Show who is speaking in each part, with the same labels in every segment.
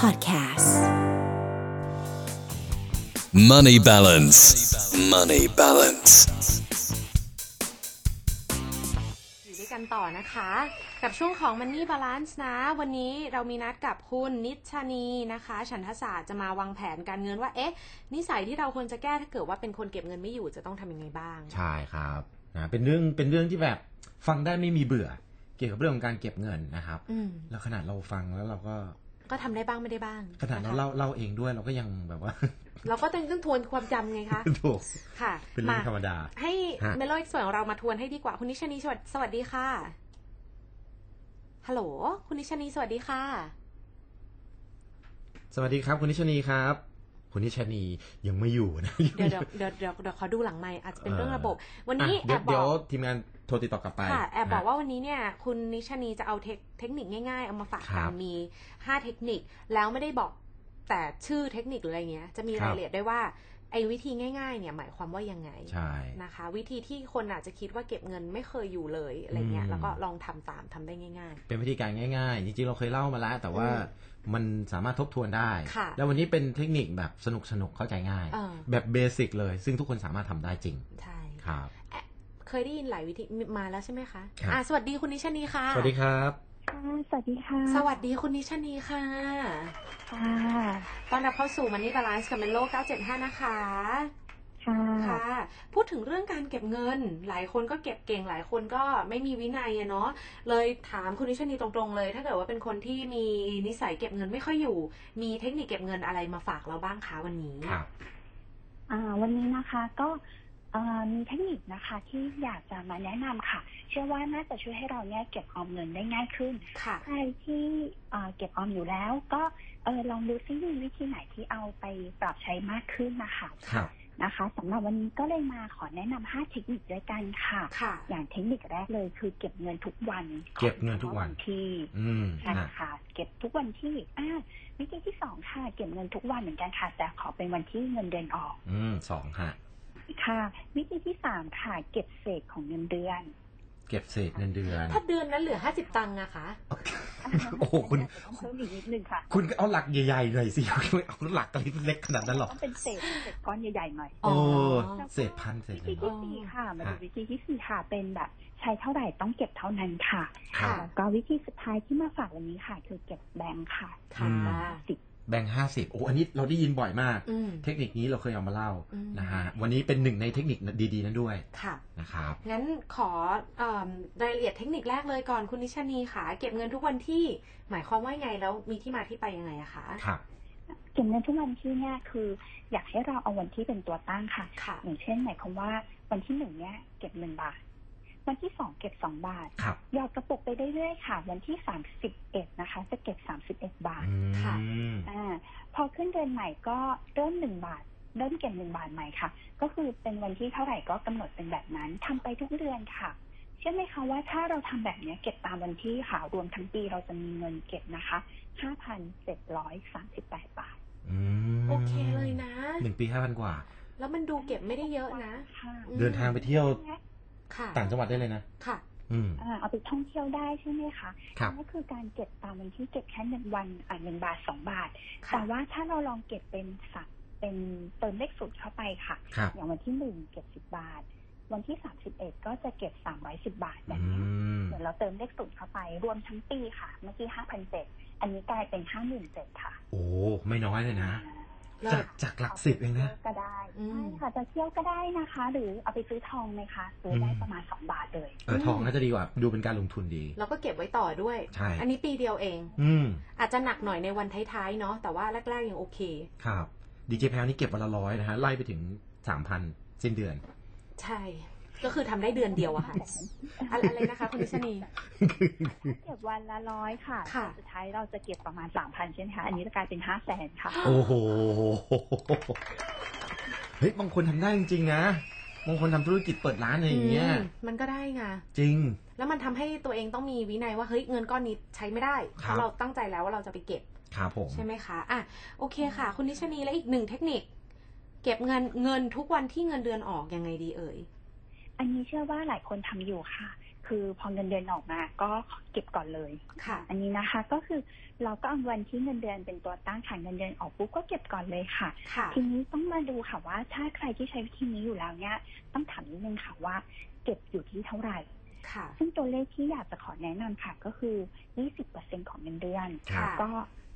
Speaker 1: Podcasts.
Speaker 2: Money balance. Money balance.
Speaker 3: อยู่ด้วยกันต่อนะคะ กับช่วงของ Money Balance นะ วันนี้เรามีนัดกับคุณนิชชานีนะคะ ฉันทศาสตร์จะมาวางแผนการเงินว่า เอ๊ะ นิสัยที่เราควรจะแก้ถ้าเกิดว่าเป็นคนเก็บเงินไม่อยู่จะต้องทำยังไงบ้าง
Speaker 4: ใช่ครับนะเป็นเรื่องเป็นเรื่องที่แบบฟังได้ไม่มีเบื่อ เกี่ยวกับเรื่องของการเก็บเงินนะครับ
Speaker 3: อืม
Speaker 4: แล้วขนาดเราฟังแล้วเราก็
Speaker 3: ก็ทำได้บ้างไม่ได้บ้าง
Speaker 4: ขนาดเรา
Speaker 3: ะคะ
Speaker 4: เล่าเล่าเองด้วยเราก็ยังแบบว่า
Speaker 3: เราก็ต้องทวนความจำไงคะ
Speaker 4: ถูก
Speaker 3: ค่ะ
Speaker 4: เป็นเรื่องธรรมดา
Speaker 3: ให้
Speaker 4: ฮะ
Speaker 3: เมโลอีกส่วนของเรามาทวนให้ดีกว่า คุณนิชชานีสวัสสวัสดีค่ะ ฮัลโหล คุณนิชชานีสวัสดีค่ะ
Speaker 4: สวัสดีครับ คุณนิชนีครับ คุณนิชนียังไม่อยู่นะ
Speaker 3: เดี๋ยวเดี๋ยวเดี๋ยวเดี๋ยวขอดูหลังไมค์อาจจะเป็นเรื่องระบบ วันนี้
Speaker 4: อ่ะ
Speaker 3: แอ
Speaker 4: เดี๋ยว
Speaker 3: บบอก
Speaker 4: เดี๋ยวทีมงานโทรติดต่อกลับไป
Speaker 3: ค่ะแอบบอก
Speaker 4: ฮ
Speaker 3: ว่าวันนี้เนี่ยคุณนิชานีจะเอาเทคเทคนิคง่ายๆ เอามาฝาก
Speaker 4: ครั
Speaker 3: กัน
Speaker 4: บ
Speaker 3: มี 5 เทคนิคแล้วไม่ได้บอกแต่ชื่อเทคนิคหรืออะไรเงี้ย จะมี
Speaker 4: ครั
Speaker 3: รา
Speaker 4: บ
Speaker 3: ยละเอียดด้วยว่าไอ้วิธีง่ายๆเนี่ยหมายความว่ายังไง
Speaker 4: ใช่
Speaker 3: นะคะ วิธีที่คนอาจจะคิดว่าเก็บเงินไม่เคยอยู่เลยอะไรเงี้ย
Speaker 4: อืม
Speaker 3: แล้วก็ลองทำตามทำได้ง่าย
Speaker 4: เป็นวิธีการง่ายๆ จริงๆ เราเคยเล่ามาแล้วแต่ว่า
Speaker 3: อื
Speaker 4: มันสามารถทบทวนได้
Speaker 3: ค่ะ
Speaker 4: แล้ววันนี้เป็นเทคนิคแบบสนุกๆ เข้าใจง่าย
Speaker 3: ๆเออ
Speaker 4: แบบเบสิกเลย ซึ่งทุกคนสามารถทำได้จริง
Speaker 3: ใช่
Speaker 4: ครับ
Speaker 3: เคยได้ยินหลายวิธีมีมาแล้วใช่ไหมคะ
Speaker 4: ครับ
Speaker 3: อ่ะสวัสดีคุณนิชานีค่ะ
Speaker 4: สวัสดีครับ
Speaker 5: ค่ะสวัสดีค่ะ
Speaker 3: สวัสดีคุณนิชานีค่ะ
Speaker 5: ค่ะ
Speaker 3: ตอนรับเข้าสู่มันนี่บาลานซ์กับเมนโล975นะคะ
Speaker 5: ค่ะ
Speaker 3: ค่ะ พูดถึงเรื่องการเก็บเงิน หลายคนก็เก็บเก่ง หลายคนก็ไม่มีวินัยอะเนาะ เลยถามคุณนิชานีตรงๆเลย ถ้าเกิดว่าเป็นคนที่มีนิสัยเก็บเงินไม่ค่อยอยู่ มีเทคนิคเก็บเงินอะไรมาฝากเราบ้างคะวันนี้
Speaker 4: ครับ
Speaker 5: อ่า วันนี้นะคะก็เอ่อมีเทคนิคนะคะที่อยากจะมาแนะนำค่ะ เชื่อว่าน่าจะช่วยให้เราเนี่ยเก็บออมเงินได้ง่ายขึ้น
Speaker 3: ค่ะ
Speaker 5: ใครที่เอ่อเก็บออมอยู่แล้ว ก็เออลองดูซิมีวิธีไหนที่เอาไปปรับใช้มากขึ้นนะคะ
Speaker 4: ครับ
Speaker 5: นะคะสำหรับวันนี้ก็เลยมาขอแนะนำ5เทคนิคด้วยกันค่ะ
Speaker 3: ค่ะ
Speaker 5: อย่างเทคนิคแรกเลยคือเก็บเงินทุกวัน
Speaker 4: เก็บเงินทุกวัน
Speaker 5: ที่
Speaker 4: อืม
Speaker 5: ใช่
Speaker 4: นะ
Speaker 5: ค่ะ เก็บทุกวันที่อ่าวิธีที่สองค่ะ เก็บเงินทุกวันเหมือนกันค่ะ แต่ขอเป็นวันที่เงินเดือนออก
Speaker 4: อืมสองฮะ
Speaker 5: ค่ะ วิธีที่สามค่ะ เก็บเศษของเงินเดือน
Speaker 4: เก็บเศษเงินเดือน
Speaker 3: ถ้าเดือนนั้นเหลือ 50 ตังค์อะคะ
Speaker 4: โอ้โหคุณ
Speaker 5: าจจะต้องเพิ่มอีกนิดนึงค่ะ
Speaker 4: คุณเอาหลักใหญ่ๆหน่อยสิไม่เอาหลักอะไรเล็กขนาดนั้นหรอก
Speaker 5: ต้องเป็นเศษเศษก้อนใหญ่ๆหน่อย
Speaker 4: โอ้
Speaker 5: แล้วก็
Speaker 4: เศษพันเศษ
Speaker 5: วิ
Speaker 4: อะไร
Speaker 5: ธี
Speaker 4: เน
Speaker 5: ที่
Speaker 4: อะ
Speaker 5: สี่ค่ะ มาดู
Speaker 4: ฮะ
Speaker 5: วิธีที่สี่ค่ะ เป็นแบบใช้เท่าไหร่ต้องเก็บเท่านั้นค่ะ
Speaker 4: ครับ
Speaker 5: แล้วก็วิธีสุดท้ายที่มาฝากวันนี้ค่ะ คือเก็บแบงค์ค่ะ
Speaker 3: ค่ะ
Speaker 4: อืม
Speaker 5: สิบ
Speaker 4: แบ่งห้าสิบโอ้ อันนี้เราได้ยินบ่อยมาก
Speaker 3: อืม
Speaker 4: เทคนิคนี้เราเคยเอามาเล่า
Speaker 3: อืม
Speaker 4: นะฮะ วันนี้เป็นหนึ่งในเทคนิคดีๆ นั้นด้วย
Speaker 3: ค่ะ
Speaker 4: นะครับ
Speaker 3: งั้นขอเอมรายละเอียดเทคนิคแรกเลยก่อนคุณนิชานีค่ะ เก็บเงินทุกวันที่ หมายความว่ายังไง แล้วมีที่มาที่ไปยังไงอะคะ
Speaker 4: ครับ
Speaker 5: เก็บเงินทุกวันที่เนี่ยคือ อยากให้เราเอาวันที่เป็นตัวตั้งค่ะ
Speaker 3: ค่ะ
Speaker 5: อย่างเช่นหมายความว่าวันที่หนึ่งเนี้ยเก็บหนึ่งบาท วันที่สองเก็บสองบาท
Speaker 4: ครับ
Speaker 5: หยอดกระปุกไปเรื่อยๆค่ะ วันที่สามสิบเอ็ดนะคะ จะเก็บสามสิบเอ็ดบาท
Speaker 4: อื
Speaker 3: ค่ะ
Speaker 4: ม
Speaker 5: อ่าพอขึ้นเดือนใหม่ก็เริ่มหนึ่งบาท เริ่มเก็บหนึ่งบาทใหม่ค่ะ ก็คือเป็นวันที่เท่าไหร่ก็กำหนดเป็นแบบนั้นทำไปทุกเดือนค่ะ เชื่อไหมคะว่าถ้าเราทำแบบเนี้ยเก็บตามวันที่ค่ะรวมทั้งปีเราจะมีเงินเก็บนะคะห้าพันเจ็ดร้อยสามสิบแปดบาท
Speaker 4: อืม
Speaker 3: โอเคเลยนะ
Speaker 4: หนึ่งปีห้าพันกว่า
Speaker 3: แล้วมันดูเก็บไม่ได้เยอะนะ
Speaker 5: ค่ะ
Speaker 3: อืม
Speaker 4: เดินทางไปเที่ยว
Speaker 3: ค่ะ
Speaker 4: ต่างจังหวัดได้เลยนะ
Speaker 3: ค่ะ
Speaker 4: อืม
Speaker 5: อ่าเอาไปท่องเที่ยวได้ใช่ไหมคะ
Speaker 4: ครับ
Speaker 5: นั่นคือการเก็บตามวันที่เก็บแค่หนึ่งวันอ่าหนึ่งบาทสองบาท
Speaker 3: ค่ะ
Speaker 5: แต่ว่าถ้าเราลองเก็บเป็นสักเป็นเติมเลขศูนย์เข้าไปค่ะ
Speaker 4: ครับ
Speaker 5: อย่างวันที่หนึ่งเก็บสิบบาท วันที่สามสิบเอ็ดก็จะเก็บสามร้อยสิบบาทแบ
Speaker 4: อื
Speaker 5: บเนี้ย
Speaker 4: ม
Speaker 5: เหมือนเราเติมเลขศูนย์เข้าไป รวมทั้งปีค่ะ เมื่อกี้ห้าพันเจ็ดอันนี้กลายเป็นห้าหมื่นเจ็ดค่ะ
Speaker 4: โอ้ ไม่น้อยเลยนะ
Speaker 3: เลิศ
Speaker 4: จากจากหลักสิบเองนะ
Speaker 5: ก็ได้
Speaker 3: อืม
Speaker 5: ใช่ค่ะจะเที่ยวก็ได้นะคะ หรือเอาไปซื้อทองไหมคะซื้อได้ประมาณสองบาทเลย
Speaker 4: เออ ทองน่าจะดีกว่า ดูเป็นการลงทุนดี
Speaker 3: แล้วก็เก็บไว้ต่อด้วย
Speaker 4: ใช่
Speaker 3: อันนี้ปีเดียวเอง
Speaker 4: อืม
Speaker 3: อาจจะหนักหน่อยในวันท้ายๆเนาะ แต่ว่าแรกๆยังโอเค
Speaker 4: ครับ ดีเจแพลวนี่เก็บวันละร้อยนะฮะ ไล่ไปถึงสามพันสิ้นเดือน
Speaker 3: ใช่ ก็คือทำได้เดือนเดียวอะค่ะ อะไรอะไรนะคะ คุณนิชานี
Speaker 5: เก็บวันละร้อยค่ะ
Speaker 3: ค่ะ
Speaker 5: สุดท้ายเราจะเก็บประมาณสามพันใช่ไหมคะ อันนี้จะกลายเป็นห้าแสนค่ะ
Speaker 4: โอ้โห เฮ้ย บางคนทำได้จริงๆนะ บางคนทำธุรกิจเปิดร้านอะไรอย่างเงี้ย
Speaker 3: อืมมันก็ได้ไง
Speaker 4: จริง
Speaker 3: แล้วมันทำให้ตัวเองต้องมีวินัยว่าเฮ้ยเงินก้อนนี้ใช้ไม่ได้เพ
Speaker 4: ครับ
Speaker 3: ราะเราตั้งใจแล้วว่าเราจะไปเก็บ
Speaker 4: ครับผม
Speaker 3: ใช่ไหมคะอ่ะโอเคค่ะ คุณนิชานีและอีกหนึ่งเทคนิค เก็บเงินเงินทุกวันที่เงินเดือนออกยังไงดีเอ่ย
Speaker 5: อันนี้เชื่อว่าหลายคนทำอยู่ค่ะ คือพอเงินเดือนออกมา ก็เก็บก่อนเลย
Speaker 3: ค่ะ
Speaker 5: อันนี้นะคะก็คือเราก็เอาวันที่เงินเดือนเป็นตัวตั้งค่ะเงินเดือนออกปุ๊บก็เก็บก่อนเลยค่ะ
Speaker 3: ค่ะ
Speaker 5: ทีนี้ต้องมาดูค่ะว่าถ้าใครที่ใช้วิธีนี้อยู่แล้วเนี่ยต้องถามนิดนึงค่ะว่าเก็บอยู่ที่เท่าไหร่
Speaker 3: ค่ะ
Speaker 5: ซึ่งตัวเลขที่อยากจะขอแนะนำค่ะก็คือ 20%ของเงินเดือน
Speaker 4: ครั
Speaker 3: ค่ะ
Speaker 4: บ
Speaker 5: ก็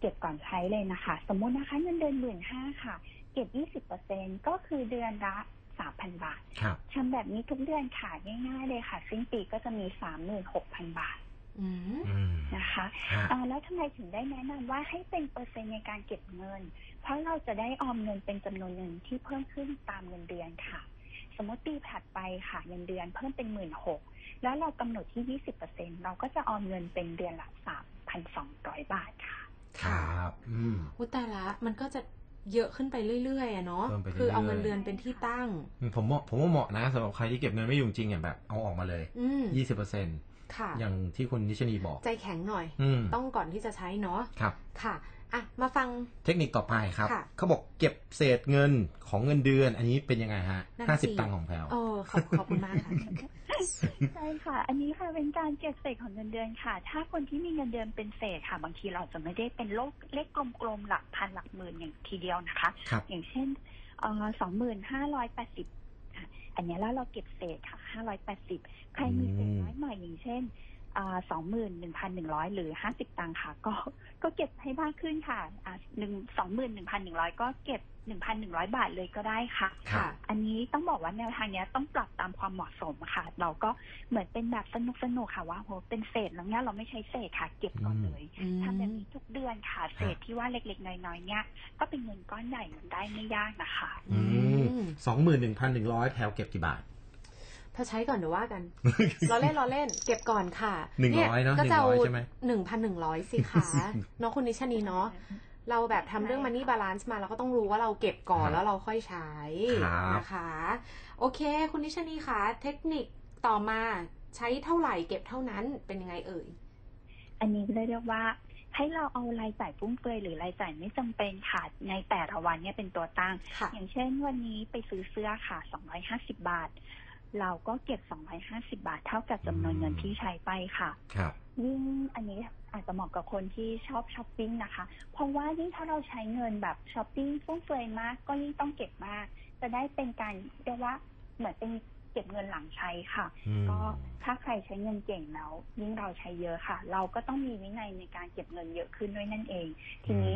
Speaker 5: เก็บก่อนใช้เลยนะคะ สมมุตินะคะเงินเดือนหมื่นห้าค่ะ เก็บ 20%ก็คือเดือนละ3,000 บาท
Speaker 4: ครับ
Speaker 5: ทำแบบนี้ทุกเดือนค่ะง่ายๆเลยค่ะสิ้นปีก็จะมี 36,000 บาท
Speaker 3: อืม
Speaker 4: อืม
Speaker 5: นะคะ
Speaker 4: ฮะ
Speaker 5: อ่าแล้วทำไมถึงได้แนะนำว่าให้เป็นเปอร์เซ็นต์ในการเก็บเงิน เพราะเราจะได้ออมเงินเป็นจำนวนเงินที่เพิ่มขึ้นตามเงินเดือนค่ะ สมมติปีถัดไปค่ะเงินเดือนเพิ่มเป็นหมื่นหกแล้วเรากำหนดที่ 20%เราก็จะออมเงินเป็นเดือนละ3,200 บาทค่ะ
Speaker 4: ค
Speaker 3: ค่ะ
Speaker 4: รับ อืม
Speaker 3: อุยตายละมันก็จะเยอะขึ้นไปเรื่อยๆอะเนาะ
Speaker 4: เพิ่มไปเรื่อยๆ
Speaker 3: คือเอาเงินเดือนเป็นที่ตั้ง
Speaker 4: ผมว่าผมว่าเหมาะนะสำหรับใครที่เก็บเงินไม่อยู่จริงเนี่ยแบบเอาออกมาเลย
Speaker 3: อืม
Speaker 4: ยี่สิบเปอร์เซ็นต์
Speaker 3: ค่ะ
Speaker 4: อย่างที่คุณนิชนีบอก
Speaker 3: ใจแข็งหน่อย
Speaker 4: อืม
Speaker 3: ต้องก่อนที่จะใช้เนาะ
Speaker 4: ครับ
Speaker 3: ค่ะ อ่ะ มาฟัง
Speaker 4: เทคนิคต่อไปครับ
Speaker 3: ค่ะ
Speaker 4: เขาบอกเก็บเศษเงินของเงินเดือน อันนี้เป็นยังไงฮะ
Speaker 3: นั่น
Speaker 4: ห้า
Speaker 3: สิ
Speaker 4: สิบตังค์ของแพลว
Speaker 3: เออขอบขอบคุณมากค่ะ
Speaker 5: ใช่ค่ะ อันนี้ค่ะเป็นการเก็บเศษของเงินเดือนค่ะ ถ้าคนที่มีเงินเดือนเป็นเศษค่ะ บางทีเราจะไม่ได้เป็นโลกเลขกลมๆหลักพันหลักหมื่นอย่างทีเดียวนะคะ
Speaker 4: ครับ
Speaker 5: อย่างเช่นสองหมื่นห้าร้อยแปดสิบอันเนี้ยแล้วเราเก็บเศษค่ะห้าร้อยแปดสิบใครมีเศษน้อยหน่อยอย่างเช่นสองหมื่นหนึ่งพันหนึ่งร้อยหรือห้าสิบตังค์ค่ะ ก็ก็เก็บให้มากขึ้นค่ะหนึ่งสองหมื่นหนึ่งพันหนึ่งร้อยก็เก็บหนึ่งพันหนึ่งร้อยบาทเลยก็ได้ค่ะ
Speaker 4: ครับ
Speaker 3: ค่ะ
Speaker 5: อันนี้ต้องบอกว่าแนวทางเนี้ยต้องปรับตามความเหมาะสมค่ะ เราก็เหมือนเป็นแบบสนุกสนุกๆค่ะว่าโหเป็นเศษแล้วเนี้ยเราไม่ใช้เศษค่ะ เก็บก่อนเลย
Speaker 3: อืม
Speaker 5: ทำแบบนี้ทุกเดือนค่ะ เศษที่ว่าเล็กๆ น้อยๆเนี้ยก็เป็นเงินก้อนใหญ่มันได้ไม่ยากนะคะ
Speaker 3: อืม
Speaker 4: สองหมื่นหนึ่งพันหนึ่งร้อยแพลวเก็บกี่บาท
Speaker 3: ถ้าใช้ก่อนเดี๋ยวว่ากัน ล้อเล่นล้อเล่น เก็บก่อนค่ะ
Speaker 4: หนึ่งร้อยเนอะ
Speaker 3: ก็จะเอา
Speaker 4: หนึ่งร้อยใช่ไหม
Speaker 3: หนึ่งพันหนึ่งร้อยสิ คะเนาะคุณนิชนีเนาะ เราแบบทำเรื่อง
Speaker 5: ใช่
Speaker 3: Money Balance มาเราก็ต้องรู้ว่าเราเก็บก่อน
Speaker 4: ครับ
Speaker 3: แล้วเราค่อยใช้
Speaker 4: ครับ
Speaker 3: นะคะ โอเค คุณนิชนีคะเทคนิคต่อมาใช้เท่าไหร่เก็บเท่านั้นเป็นยังไงเอ่ย
Speaker 5: อันนี้เลยเรียกว่า ให้เราเอารายจ่ายฟุ่มเฟือยหรือรายจ่ายไม่จำเป็นค่ะในแต่ละวันเนี่ยเป็นตัวตั้ง
Speaker 3: ค่ะ
Speaker 5: อย่างเช่นวันนี้ไปซื้อเสื้อค่ะ 250 บาท เราก็เก็บ 250 บาท เท่ากับจำนวนเงินที่ใช้ไปค่ะ
Speaker 4: ครับ
Speaker 5: ยิ่งอันนี้อาจจะเหมาะกับคนที่ชอบช้อปปิ้งนะคะ เพราะว่ายิ่งถ้าเราใช้เงินแบบช้อปปิ้งฟุ่มเฟือยมาก ก็ยิ่งต้องเก็บมาก จะได้เป็นการเรียกว่าเหมือนเป็นเก็บเงินหลังใช้ค่ะ
Speaker 4: อืม
Speaker 5: ก็ถ้าใครใช้เงินเก่งแล้ว ยิ่งเราใช้เยอะค่ะ เราก็ต้องมีวินัยในการเก็บเงินเยอะขึ้นด้วยนั่นเอง ทีนี้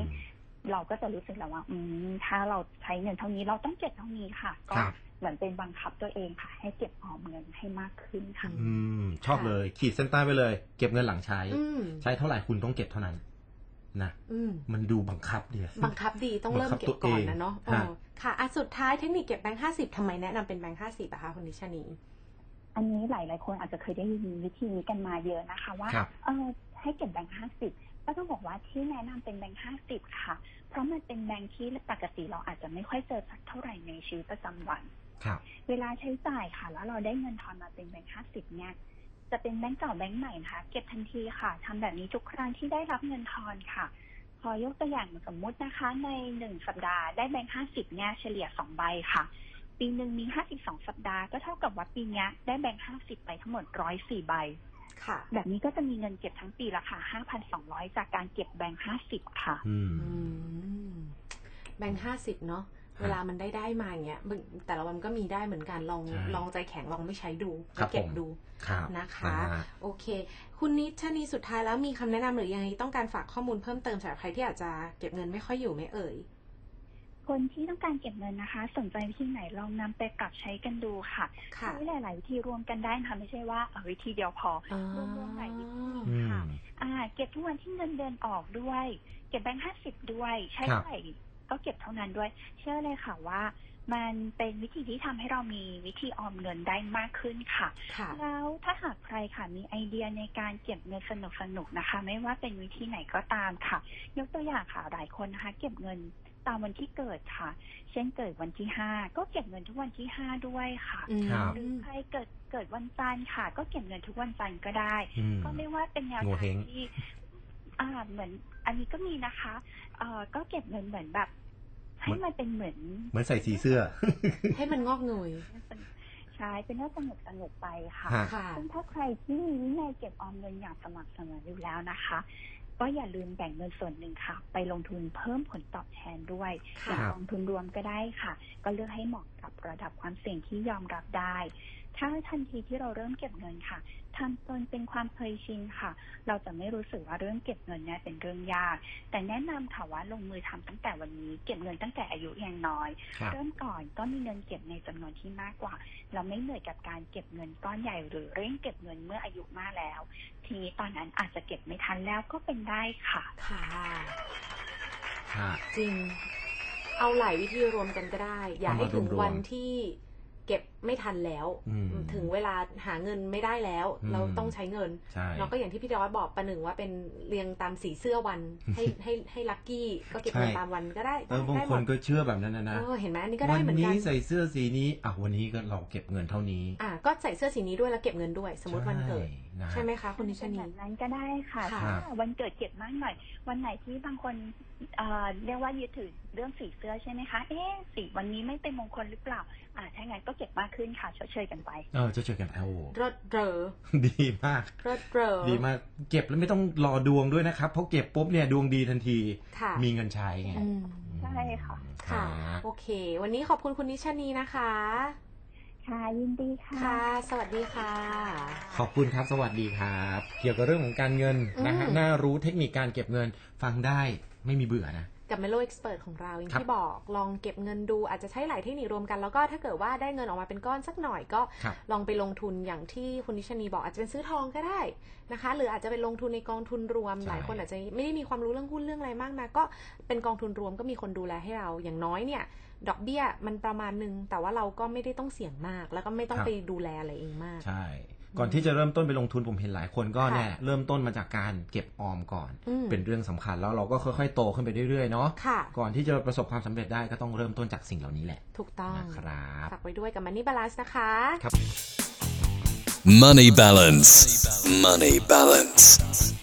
Speaker 5: เราก็จะรู้สึกแล้วว่า อืม ถ้าเราใช้เงินเท่านี้เราต้องเก็บเท่านี้ค่ะ ก็
Speaker 4: ครับ
Speaker 5: เหมือนเป็นบังคับตัวเองค่ะ ให้เก็บออมเงินให้มากขึ้นค่ะ
Speaker 4: อืม ชอบเลย ขีดเส้นใต้ไปเลย เก็บเงินหลังใช้
Speaker 3: อืม
Speaker 4: ใช้เท่าไหร่คุณต้องเก็บเท่านั้น นะ
Speaker 3: อืม
Speaker 4: มันดูบังคับดี
Speaker 3: บังคับดีต้องเริ่มเก็บก่อนนะเนาะ
Speaker 4: บังคับตัวเอ
Speaker 3: เอ
Speaker 4: ง
Speaker 3: อค่ะอ่ะ สุดท้ายเทคนิคเก็บแบงค์ห้าสิบทำไมแนะนำเป็นแบงค์ห้าสิบอะคะคุณนิชนี
Speaker 5: อันนี้หลาย ๆ คนอาจจะเคยได้ยินวิธีนี้กันมาเยอะนะคะ ว่า
Speaker 4: ครับ
Speaker 5: เออให้เก็บแบงค์ห้าสิบก็ต้องบอกว่าที่แนะนำเป็นแบงค์ห้าสิบค่ะ เพราะมันเป็นแบงค์ที่ปกติเราอาจจะไม่ค่อยเจอสักเท่าไหร่ในชีวิตประจำวัน
Speaker 4: ครับ
Speaker 5: เวลาใช้จ่ายค่ะ แล้วเราได้เงินทอนมาเป็นแบงค์ห้าสิบเนี่ย จะเป็นแบงค์เก่าแบงค์ใหม่นะคะ เก็บทันทีค่ะทำแบบนี้ทุกครั้งที่ได้รับเงินทอนค่ะ พอยกตัวอย่างสมมุตินะคะ ในหนึ่งสัปดาห์ได้แบงค์ห้าสิบเนี่ยเฉลี่ยสองใบค่ะ ปีหนึ่งมีห้าสิบสองสัปดาห์ก็เท่ากับว่าปีเนี้ยได้แบงค์ห้าสิบไปทั้งหมดร้อยสี่ใบ
Speaker 3: ค่ะ
Speaker 5: แบบนี้ก็จะมีเงินเก็บทั้งปีละค่ะห้าพันสองร้อยจากการเก็บแบงค์ห้าสิบค่ะ
Speaker 4: อืม
Speaker 3: อืม แบงค์ห้าสิบเนาะ
Speaker 4: ครับ
Speaker 3: เวลามันได้ได้มาอย่างเงี้ยมันแต่ละวันก็มีได้เหมือนกันลอง
Speaker 4: ใช่
Speaker 3: ลองใจแข็งลองไม่ใช้ดู
Speaker 4: ครั
Speaker 3: แล้ว
Speaker 4: บ
Speaker 3: เก็บ
Speaker 4: ผม
Speaker 3: ดู
Speaker 4: ครับ
Speaker 3: นะคะ
Speaker 4: ฮ
Speaker 3: โอเค คุณนิชนีสุดท้ายแล้วมีคำแนะนำหรือยังไงต้องการฝากข้อมูลเพิ่มเติมสำหรับใครที่อาจจะเก็บเงินไม่ค่อยอยู่ไหมเอ่ย
Speaker 5: คนที่ต้องการเก็บเงินนะคะ สนใจวิธีไหนลองนำไปปรับใช้กันดูค่ะ
Speaker 3: ค่ะ
Speaker 5: ใช้หลาย ๆ วิธีรวมกันได้นะคะไม่ใช่ว่าเอาวิธีเดียวพอ
Speaker 3: อ๋อ
Speaker 5: รวมๆหลายวิธี
Speaker 4: อืม
Speaker 5: อ่า เก็บทุกวันที่เงินเดือนออกด้วย เก็บแบงค์ห้าสิบด้วย ใช้
Speaker 4: ครับ
Speaker 5: เท่าไหร่ก็เก็บเท่านั้นด้วย เชื่อเลยค่ะว่า มันเป็นวิธีที่ทำให้เรามีวิธีออมเงินได้มากขึ้นค่ะ
Speaker 3: ค่ะ
Speaker 5: แล้วถ้าหากใครค่ะมีไอเดียในการเก็บเงินสนุกสนุกๆนะคะ ไม่ว่าเป็นวิธีไหนก็ตามค่ะ ยกตัวอย่างค่ะหลายคนนะคะ เก็บเงินตามวันที่เกิดค่ะ เช่นเกิดวันที่ห้าก็เก็บเงินทุกวันที่ห้าด้วยค่ะ
Speaker 3: อืม
Speaker 4: ครับ
Speaker 5: หรือใครเกิดเกิดวันจันทร์ค่ะ ก็เก็บเงินทุกวันจันทร์ก็ได้
Speaker 4: อืม
Speaker 5: ก็ไม่ว่าเป็นแนว
Speaker 4: โง่
Speaker 5: ทา
Speaker 4: เฮ้
Speaker 5: ง
Speaker 4: ง
Speaker 5: ที่อ่าเหมือน อันนี้ก็มีนะคะเอ่อก็เก็บเงินเหมือนแบบ ให้มันเป็นเหมือน
Speaker 4: เหมือนใส่สีเสื้อ
Speaker 3: ให้มันงอกเงย
Speaker 5: ใช้เป็นเรื่องสนุกสนุกๆไปค่ะ
Speaker 4: ฮะ
Speaker 3: ค่ะ
Speaker 5: ซึ่งถ้าใครที่มีวินัยเก็บออมเงินอย่างสม่ำเสมออยู่แล้วนะคะ ก็อย่าลืมแบ่งเงินส่วนหนึ่งค่ะ ไปลงทุนเพิ่มผลตอบแทนด้วยอ
Speaker 3: ค่ะ
Speaker 5: ย่างกองทุนรวมก็ได้ค่ะ ก็เลือกให้เหมาะกับระดับความเสี่ยงที่ยอมรับได้ ถ้าทันทีที่เราเริ่มเก็บเงินค่ะทำจนเป็นความเคยชินค่ะ เราจะไม่รู้สึกว่าเรื่องเก็บเงินเนี่ยเป็นเรื่องยาก แต่แนะนำค่ะว่าลงมือทำตั้งแต่วันนี้ เก็บเงินตั้งแต่อายุยังน้อย
Speaker 4: ครับ
Speaker 5: เริ่มก่อนก็มีเงินเก็บในจำนวนที่มากกว่า เราไม่เหนื่อยกับการเก็บเงินก้อนใหญ่หรือเร่งเก็บเงินเมื่ออายุมากแล้ว ทีนี้ตอนนั้นอาจจะเก็บไม่ทันแล้วก็เป็นได้ค่ะ
Speaker 3: ค่ะ
Speaker 4: ฮะ
Speaker 3: จริง เอาหลายวิธีรวมกันก็ได้ อย่าให้ถึง
Speaker 4: เอามารวมๆ
Speaker 3: วันที่เก็บไม่ทันแล้ว
Speaker 4: อืม
Speaker 3: ถึงเวลาหาเงินไม่ได้แล้ว
Speaker 4: อืม
Speaker 3: เราต้องใช้เงิน
Speaker 4: ใช่
Speaker 3: เนาะก็อย่างที่พี่ดอยบอกประหนึ่งว่าเป็นเรียงตามสีเสื้อวัน ให้ให้ให้ลัคกี้ก็เก็บเงินตามวันก็ได้
Speaker 4: เออบาง
Speaker 3: ได้
Speaker 4: คนก็เชื่อแบบนั้นนะนะ
Speaker 3: เออเห็นไหมอันนี้ก็ได้เหมือน
Speaker 4: นี้
Speaker 3: กัน
Speaker 4: ใส่เสื้อสีนี้อ่ะวันนี้ก็เราเก็บเงินเท่านี้
Speaker 3: อ่ะก็ใส่เสื้อสีนี้ด้วยแล้วเก็บเงินด้วย สมมติวันเกิด
Speaker 4: นะ
Speaker 3: ใช่ไหมคะคุณนิชานี
Speaker 5: แบบนั้นก็ได้ค่ะ
Speaker 3: ค่ะ
Speaker 5: ถ้าวันเกิดเก็บมากหน่อย วันไหนที่บางคนเอ่อเรียกว่ายึดถือเรื่องสีเสื้อใช่ไหมคะ เอ๊ะสีวันนี้ไม่เป็นมงคลหรือเปล่า อ่าถ้างั้นก็เก็บมากขึ้นค่ะชดเชยกันไป
Speaker 4: เออจะเจอกันแอล
Speaker 3: เริดเรอ
Speaker 4: ดีมาก
Speaker 3: เริดเรอ
Speaker 4: ดีมาก เก็บแล้วไม่ต้องรอดวงด้วยนะครับ เพราะเก็บปุ๊บเนี่ยดวงดีทันที
Speaker 3: ค่ะ
Speaker 4: มีเงินใช้ไง
Speaker 3: อืม
Speaker 5: ใช่ค่ะ
Speaker 3: ค่ะ
Speaker 4: รับ
Speaker 3: โอเค วันนี้ขอบคุณคุณนิชานีนะคะ
Speaker 5: ค่ะยินดีค่ะ
Speaker 3: ค่ะ สวัสดีค่ะ
Speaker 4: ขอบคุณครับ สวัสดีครับ เกี่ยวกับเรื่องของการเงินนะฮะ
Speaker 3: อืม
Speaker 4: น่ารู้เทคนิคการเก็บเงิน ฟังได้ไม่มีเบื่อนะ
Speaker 3: กับเมโลเอ็กซ์เพรสของเราอย่าง
Speaker 4: ครับ
Speaker 3: ที่บอกลองเก็บเงินดูอาจจะใช้หลายเทคนิครวมกัน แล้วก็ถ้าเกิดว่าได้เงินออกมาเป็นก้อนสักหน่อยก็
Speaker 4: ครับ
Speaker 3: ลองไปลงทุนอย่างที่คุณนิชานีบอกอาจจะเป็นซื้อทองก็ได้นะคะ หรืออาจจะเป็นลงทุนในกองทุนรวม
Speaker 4: ใช่
Speaker 3: หลายคนอาจจะไม่ได้มีความรู้เรื่องหุ้นเรื่องอะไรมากนะก็เป็นกองทุนรวมก็มีคนดูแลให้เราอย่างน้อยเนี่ย ดอกเบี้ยมันประมาณหนึง แต่ว่าเราก็ไม่ได้ต้องเสี่ยงมาก แล้วก็ไม่ต้องไปดูแลอะไรเองมาก
Speaker 4: ใช่ ก่อนที่จะเริ่มต้นไปลงทุนผมเห็นหลายคนก็
Speaker 3: ค่ะ
Speaker 4: เนี่ยเริ่มต้นมาจากการเก็บออมก่อน
Speaker 3: อืม
Speaker 4: เป็นเรื่องสำคัญแล้วเราก็ค่อยๆโตขึ้นไปเรื่อยๆเนาะ
Speaker 3: ค่ะ
Speaker 4: ก่อนที่จะประสบความสำเร็จได้ก็ต้องเริ่มต้นจากสิ่งเหล่านี้แหละ
Speaker 3: ถูกต้อง
Speaker 4: นะครับ
Speaker 3: ฝากไว้ด้วยกับมันนี่บาลานซ์นะคะ
Speaker 2: Money balance. Money balance.